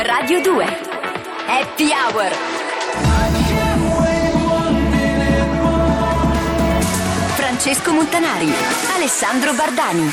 Radio 2 Happy Hour Francesco Montanari Alessandro Bardani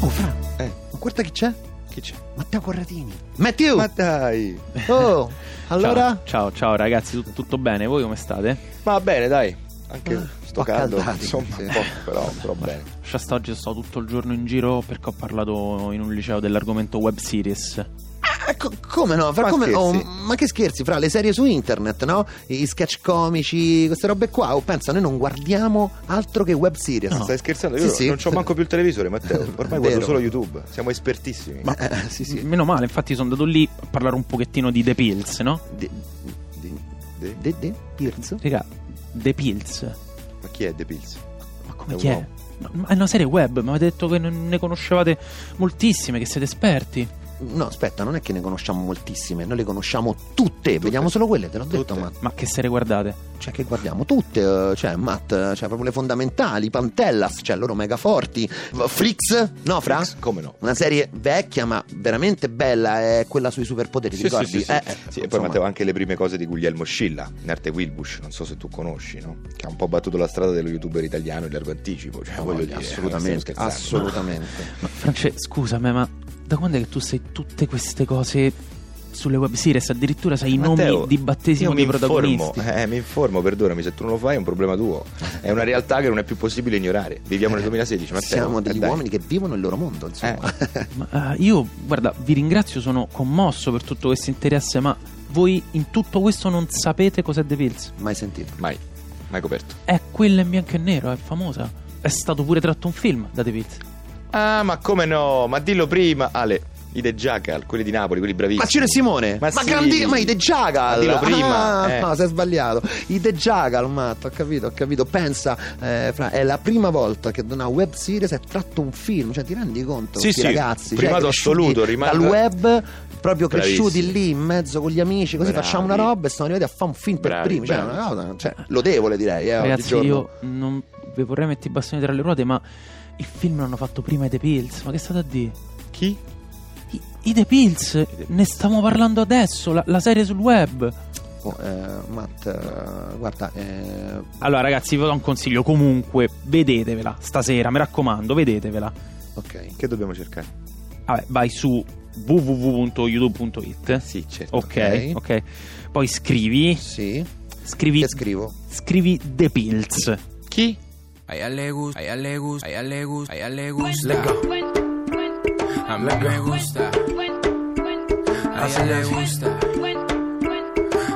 Oh, Fra, Eh, ma guarda chi c'è? chi c'è? Matteo Corradini. Matteo! Ma dai! oh, allora? Ciao, ciao, ciao ragazzi, tu- tutto bene? Voi come state? Ma bene, dai. Anche sto un po' caldo, accaldati, insomma, sì. un po', però, però bene. Just oggi sono tutto il giorno in giro perché ho parlato in un liceo dell'argomento web series. Eh, co- come no? Fra, Ma come- oh, scherzi? ma che scherzi, fra le serie su internet, no? I i sketch comici, queste robe qua. Oh, pensa, noi non guardiamo altro che web series. Stai scherzando? Sì, Io sì. non c'ho manco più il televisore, Matteo. Ormai Vero. guardo solo YouTube. Siamo espertissimi. Ma, eh, sì, sì. Meno male, infatti sono andato lì a parlare un pochettino di The Pills, no? De, Di- di- de, de- Pirzo? Raga, The Pills. ma chi è The Pills? Ma come È un chi è? uomo. Ma- ma è una serie web, mi avete detto che non ne conoscevate moltissime, che siete esperti. No, aspetta, non è che ne conosciamo moltissime, noi le conosciamo tutte, vediamo solo quelle, te l'ho detto, Tutte. ma Ma che serie guardate? cioè che guardiamo tutte, eh, cioè Matt, eh, cioè proprio le fondamentali, Pantellas, cioè loro mega forti, V- Flix, no Fra? Flix? Come no? Una serie vecchia ma veramente bella è quella sui superpoteri, ti ricordi? sì, sì. Eh, eh, Sì, e poi insomma. Matteo anche le prime cose di Guglielmo Scilla, in arte Wilbush, non so se tu conosci, no? Che ha un po' battuto la strada dello youtuber italiano in largo anticipo, cioè No, voglio voglio- dire, non stiamo assolutamente, scherzando. assolutamente. Ma France, scusami, ma da quando è che tu sai tutte queste cose sulle web series? Addirittura sai i Eh, Matteo, nomi di battesimo io dei mi informo, protagonisti. eh, mi informo, perdonami, se tu non lo fai è un problema tuo. È una realtà che non è più possibile ignorare. Viviamo nel 2016, Matteo. Siamo eh, degli dai. uomini che vivono il loro mondo, insomma. Ma, eh, io, guarda, vi ringrazio, sono commosso per tutto questo interesse, ma voi in tutto questo non sapete cos'è The Pills? Mai sentito. Mai, mai coperto. È quella in bianco e nero, è famosa. È stato pure tratto un film da The Pills. Ah, ma come no? Ma dillo prima, Ale. I De Jackal, quelli di Napoli, quelli bravissimi. Ma Ciro e Simone, ma, Ma sì. grandi, ma i De Jagal. Ma dillo prima, Ah, eh. No, si è sbagliato. I De Jagal, matto, ho capito, ho capito. Pensa, eh, fra, è la prima volta che da una web series è tratto un film, cioè ti rendi conto? Sì, questi sì, ragazzi, cioè, primato cresciuti assoluto, rimasto- dal web proprio cresciuti Bravissimi. lì in mezzo con gli amici, così Bravi. facciamo una roba e sono arrivati a fare un film per Bravi, primi, cioè bravi. una cosa cioè, lodevole direi, eh, Ragazzi, oggigiorno. io non vi vorrei mettere i bastoni tra le ruote, ma il film l'hanno fatto prima i The Pills. Ma che state a dire? Chi? I, i The Pills, ne stiamo parlando adesso, la, la serie sul web. Oh, eh, Matt, eh, guarda, eh, Allora, ragazzi, vi do un consiglio. Comunque, vedetevela stasera, mi raccomando, vedetevela. ok. Che dobbiamo cercare? Vabbè, vai su www.youtube.it. Sì, certo. Ok, ok. Poi scrivi, Sì, scrivi, che scrivo? scrivi The Pills. Chi? A ella le gusta, a ella le gusta, a ella le gusta, a ella le gusta. A mí me gusta, a ella le gusta.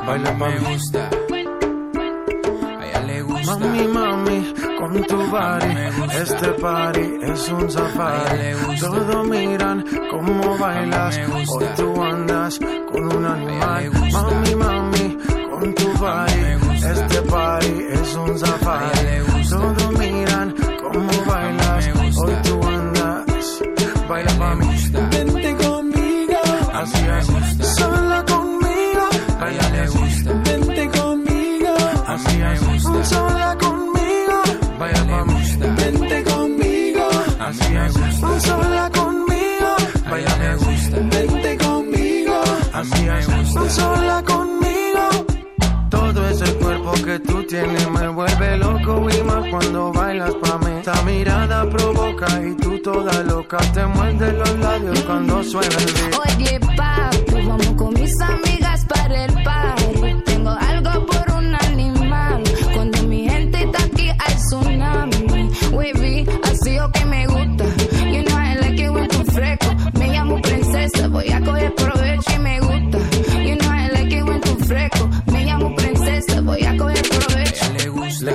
Baila me gusta. A ella le gusta. Mami, mami, con tu A body, mí me gusta. este party es un A ella safari. le gusta. Todos miran cómo bailas, A mí me hoy gusta. tú andas con un le animal. gusta. Mami, mami, con tu body, me gusta. este party es un A ella le safari. gusta. Todos miran cómo bailas, gusta. hoy tú andas. Baila A ella le mami, gusta. vente conmigo, A mí así me es, gusta. sola conmigo. A ella le gusta. Vente conmigo, A mí así me es, gusta. sola conmigo. A ella le gusta. Vente conmigo, A mí me gusta. sola conmigo, A ella le gusta. vente conmigo, A mí me gusta. sola conmigo. Todo ese cuerpo que tú tienes me vuelve loco y más cuando bailas pa' mí. Esta mirada provoca y tú toda loca te muerdes los labios cuando suena el beat. Oye, papi, vamos con mis amigas para el party. Tengo algo por un animal. Cuando mi gente está aquí hay tsunami. Wavy, así o que me gusta. You know I like it when tú fresco. Me llamo princesa, voy a coger provecho y me gusta. You know I like it when tú fresco. Me llamo princesa, voy a coger A provecho. ella le gusta.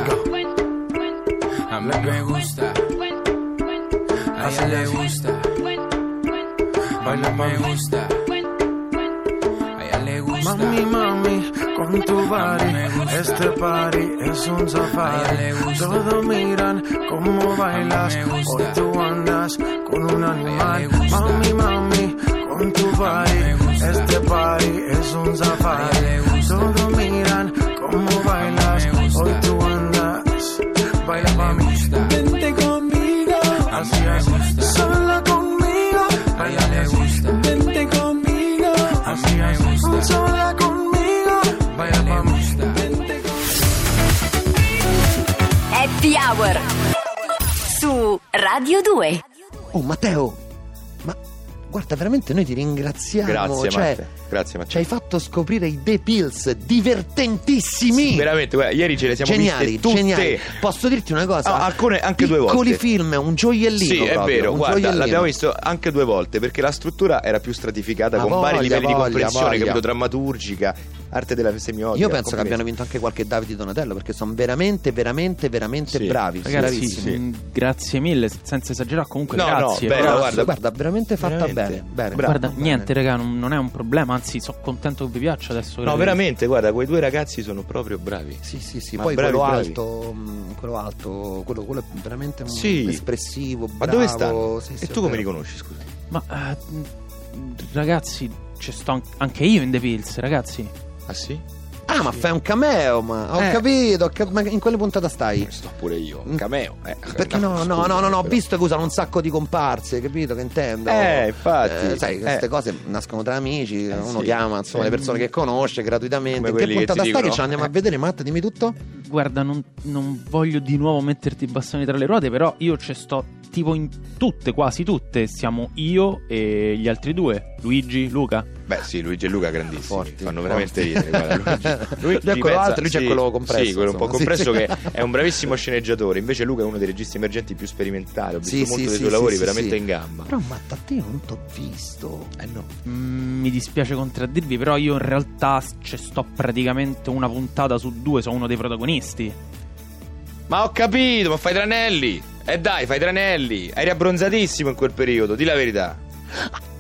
A mí me gusta. A ella le gusta. Baila me gusta. A ella le gusta. Mami, mami, con tu body, me gusta. este party es un A ella safari. le gusta. Todos miran cómo bailas, me gusta. hoy tú andas con un le animal. gusta. Mami, mami, con tu body, me gusta. este party es un A ella safari. le gusta. Todos miran cómo bailas, me gusta. hoy tú andas. baila pa' mí. Vente conmigo, Así me gusta. sola conmigo. A ella le gusta. Vente conmigo, Así me gusta. sola conmigo. Baila pa' mí. Vente conmigo. Happy Hour su Radio 2. Oh Matteo, ma guarda veramente noi ti ringraziamo. Grazie, cioè, Matte. Grazie, Matte. Ci hai fatto scoprire i The Pills divertentissimi. Veramente, guarda, ieri ce le siamo geniali, viste tutte. geniali. Posso dirti una cosa? Ah, alcune- anche due Piccoli volte. film, un gioiellino. Sì, è proprio, vero, un guarda, gioiellino. l'abbiamo visto anche due volte perché la struttura era più stratificata Ma con vari voglia, livelli di voglia, comprensione, voglia. capito, drammaturgica, arte della semiotica. Io penso che complimenti. abbiano vinto anche qualche Davide Donatello perché sono veramente, veramente, veramente Sì. bravi. Ragazzi, bravissimi. sì. mh, grazie mille, se- senza esagerare, comunque No, no, grazie. bello, grazie. guarda. veramente fatta Veramente. bene. bene Bravo, Guarda, fatta niente, bene. raga, non, non è un problema, anzi, sono contento che vi piaccia adesso. No, veramente, guarda, quei due ragazzi sono proprio bravi. Sì, sì, sì. Ma Poi bravi, quello bravi. alto, mh, quello alto, quello, quello è veramente un Sì. espressivo. Ma Bravo. dove stanno? Sì, sì, e è tu come vero. li conosci, scusa? Ma eh, mh, ragazzi, ci sto an- anche io in The Pills, ragazzi. Ah sì? Ah, ma fai un cameo, ma ho Eh. capito, ho cap- ma in quale puntata stai? Sto pure io, Mm. un cameo. eh. Perché no, no, scusa, no, no, no, ho però. visto che usano un sacco di comparse, capito che intendo? Eh, infatti. Eh, sai, queste Eh. cose nascono tra amici, Eh, uno sì. chiama insomma, le persone che conosce gratuitamente. Come In che quelli che ti puntata stai che dicono? ci andiamo a Eh. vedere, Matt? Dimmi tutto. Guarda, non, non voglio di nuovo metterti i bastoni tra le ruote, però io ci sto tipo in tutte, quasi tutte. Siamo io e gli altri due, Luigi, Luca. Beh, sì, Luigi e Luca grandissimi, Forti, forti. fanno veramente ridere, guarda, Luigi. Lui è quello alto, lui c'è quello compresso, Sì, quello un po' insomma, sì. compresso che è un bravissimo sceneggiatore, invece Luca è uno dei registi emergenti più sperimentali, ho visto Sì, molto sì, dei sì, suoi sì, lavori sì, veramente sì. in gamba. Però Matt, a te non t'ho visto. Eh no. Mm, mi dispiace contraddirvi, però io in realtà ci sto praticamente una puntata su due, sono uno dei protagonisti. Ma ho capito, ma fai tranelli. Eh dai, fai tranelli. Eri abbronzatissimo in quel periodo, di la verità.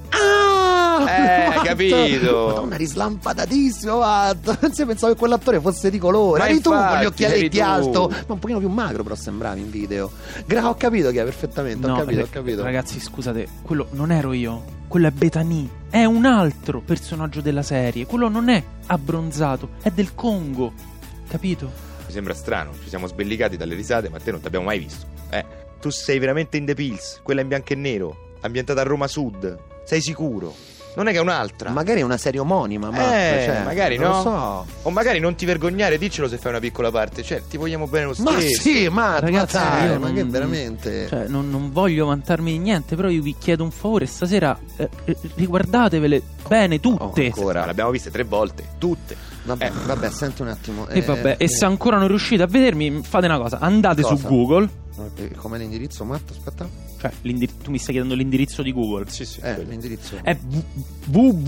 Ah, Eh, Matt! capito. Madonna, rislampatatissimo, Matt. Pensi- Pensavo che quell'attore fosse di colore. Ma eri tu con infatti, gli eri occhialetti tu. alto, ma un pochino più magro, però sembravi in video. Gra, ho capito chi è perfettamente, ho capito, ra- ho capito. eh, Ragazzi, scusate, quello non ero io, quello è Betani. È un altro personaggio della serie. Quello non è abbronzato, è del Congo. Capito? Mi sembra strano, ci siamo sbellicati dalle risate, ma te non ti abbiamo mai visto. Eh, tu sei veramente in The Pills, quella in bianco e nero, ambientata a Roma Sud. Sei sicuro? Non è che è un'altra. Magari è una serie omonima, Matt. eh, cioè, magari non no. Lo so. O magari non ti vergognare, diccelo se fai una piccola parte. Cioè, ti vogliamo bene lo stesso. Ma sì, Matt, Ragazzi, ma dai, io ma non- che veramente. Cioè, non, non voglio vantarmi di niente, però io vi chiedo un favore. Stasera eh, eh, riguardatevele bene tutte. ancora. Ora, l'abbiamo viste tre volte, tutte. Vabbè, Eh. vabbè, senti un attimo. e eh, vabbè, e eh, se ancora non riuscite a vedermi, fate una cosa: andate Cosa? su Google. eh, Com'è l'indirizzo, Matt? Aspetta. Cioè, l'indir- tu mi stai chiedendo l'indirizzo di Google. Sì, sì. Eh, quello. l'indirizzo. È w-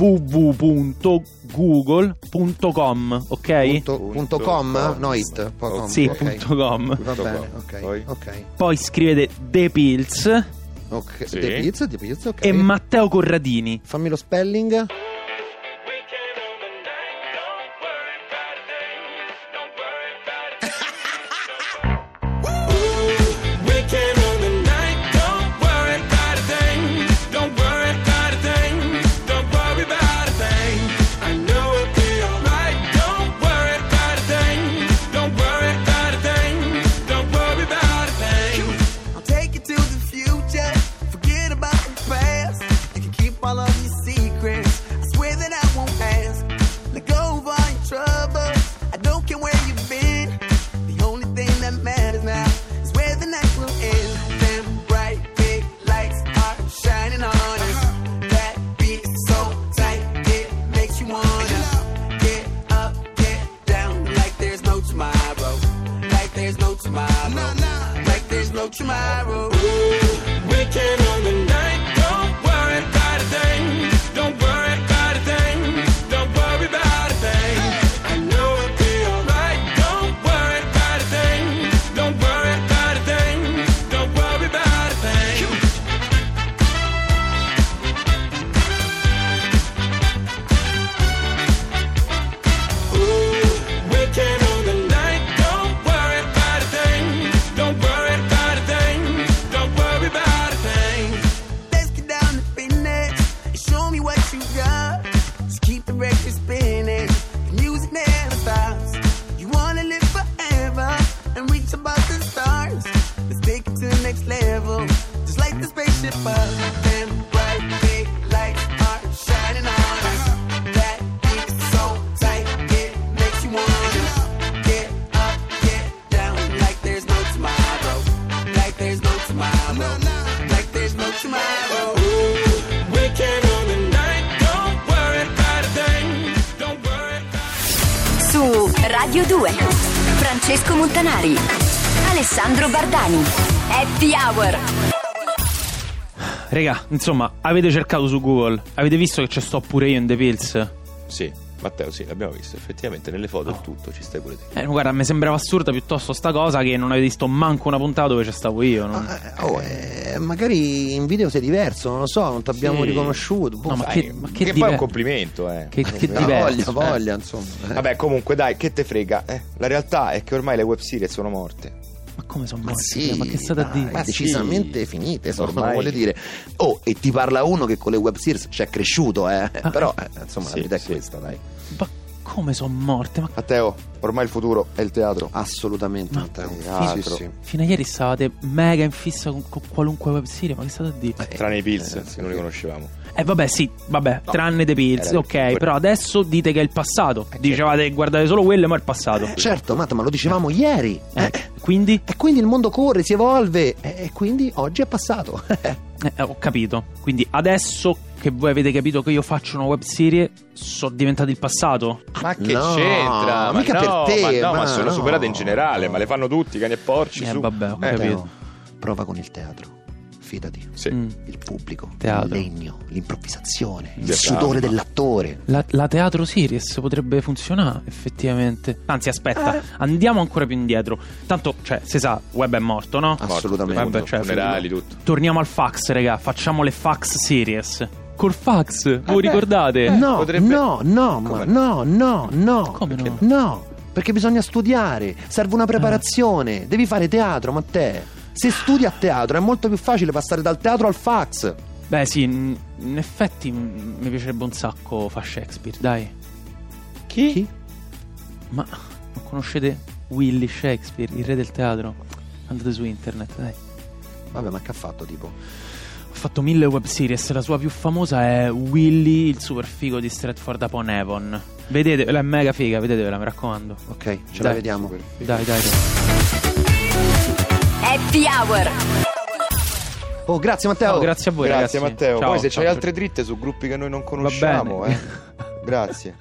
www.google.com, ok? Punto, punto com? No, it. po' com, Sì, ok. punto com. Va Punto bene, com. ok. Poi? Ok. Poi scrivete The Pills Ok. Sì. The Pizza, The Pizza, ok. e Matteo Corradini. Fammi lo spelling. Weekend on the night, don't worry about a thing. Don't worry about a thing. Don't worry about a thing. I know it'll be alright. Don't worry about a thing. Don't worry about a thing. Don't worry about a thing. I'll take you to the future. Forget about the past. You can keep all of your secrets. I swear that I won't ask. Let go of all your troubles. I don't care where you've been. The only thing that matters now is where the night will end. Them bright big lights are shining on us. That beat so tight it makes you wanna get up, get down like there's no tomorrow. Like there's no tomorrow. Like there's no tomorrow. Weekend on the night, don't worry about a thing. Don't worry about a thing. Don't worry about a thing. I know it'll be alright. Don't worry about a thing. Don't worry about a thing. Don't worry about a thing. Weekend on the night, don't worry about a thing. Don't worry about a thing. Don't worry about a thing. above them bright big lights are shining on us. That beat is so tight, it makes you wanna get up, get down like there's no tomorrow. Like there's no tomorrow. Like there's no tomorrow. Su Radio 2 Francesco Montanari, Alessandro Bardani, Happy Hour. Regà, insomma, avete cercato su Google, avete visto che ci sto pure io in The Pills? Sì, Matteo, sì, l'abbiamo visto. Effettivamente nelle foto è tutto, ci stai pure te. Eh, guarda, mi sembrava assurda piuttosto sta cosa che non avete visto manco una puntata dove ci stavo io. non- Ah, oh, eh, magari in video sei diverso, non lo so, non ti abbiamo Sì. riconosciuto. boh, No, ma sai, che, ma che che poi è diver- un complimento, eh. Che- che no, diverso, voglia, eh. voglia, insomma. eh. Vabbè, comunque dai, che te frega. eh. La realtà è che ormai le web series sono morte. Ma come sono Ma morti? sì, ma che state a dai, dire? Ma sì. decisamente finite, sono, Ormai- voglio dire. Oh, e ti parla uno che con le web series ci è cresciuto, Ah, eh. Però, eh, insomma, Sì, la vita è sì. questa, dai. Ma come sono morte? Ma Matteo, ormai il futuro è il teatro. Assolutamente. Ma- Matteo. Sì, sì, sì. fino a ieri stavate mega in fissa con, con qualunque web serie, ma che state a dire? Eh, Tranne i Pills, che non li conoscevamo. Eh vabbè, sì, vabbè, tranne The Pills, era- ok, però adesso dite che è il passato. Dicevate che guardate solo quello, ma è il passato. Certo, Matt, ma lo dicevamo ieri. Eh, eh. quindi? E quindi il mondo corre, si evolve, eh, e quindi oggi è passato. Eh, eh, ho capito. Quindi adesso che voi avete capito che io faccio una web serie, sono diventato il passato? Ma che No, c'entra? mica ma no, per te, ma no, ma, ma sono no. superate in generale, ma le fanno tutti, cani e porci. Eh, su. vabbè, ho Eh, capito. Prova con il teatro, fidati. sì. Mm. Il pubblico, Teatro. il legno, l'improvvisazione, il Teatro. sudore dell'attore. La, la teatro series potrebbe funzionare effettivamente. Anzi, aspetta, andiamo ancora più indietro. Tanto, cioè, si sa, web è morto, no? Ah, Assolutamente. Morto, Vabbè, cioè, funerali, tutto. Torniamo al fax, raga, facciamo le fax series. Col fax, voi ricordate? eh, No, potrebbe- no, no, ma Come no, no, no. Come no? Perché- perché bisogna studiare, serve una preparazione, devi fare teatro, Matteo. Se studi a teatro è molto più facile passare dal teatro al fax. Beh, sì, in in effetti mm, mi piacerebbe un sacco fa Shakespeare, dai. Chi? Ma non conoscete Willy Shakespeare, il re del teatro? Andate su internet, dai. Vabbè, ma che ha fatto tipo? Ha fatto mille web series, la sua più famosa è Willy, il super figo di Stratford upon Avon. Vedetevela, è mega figa, vedetevela, mi raccomando. Ok, ce la Dai. vediamo. Dai, dai, dai. Happy Hour Oh, grazie Matteo. No, grazie a voi, Grazie ragazzi. Matteo. Ciao, Poi se ciao. c'hai altre dritte su gruppi che noi non conosciamo, bene. eh. Grazie.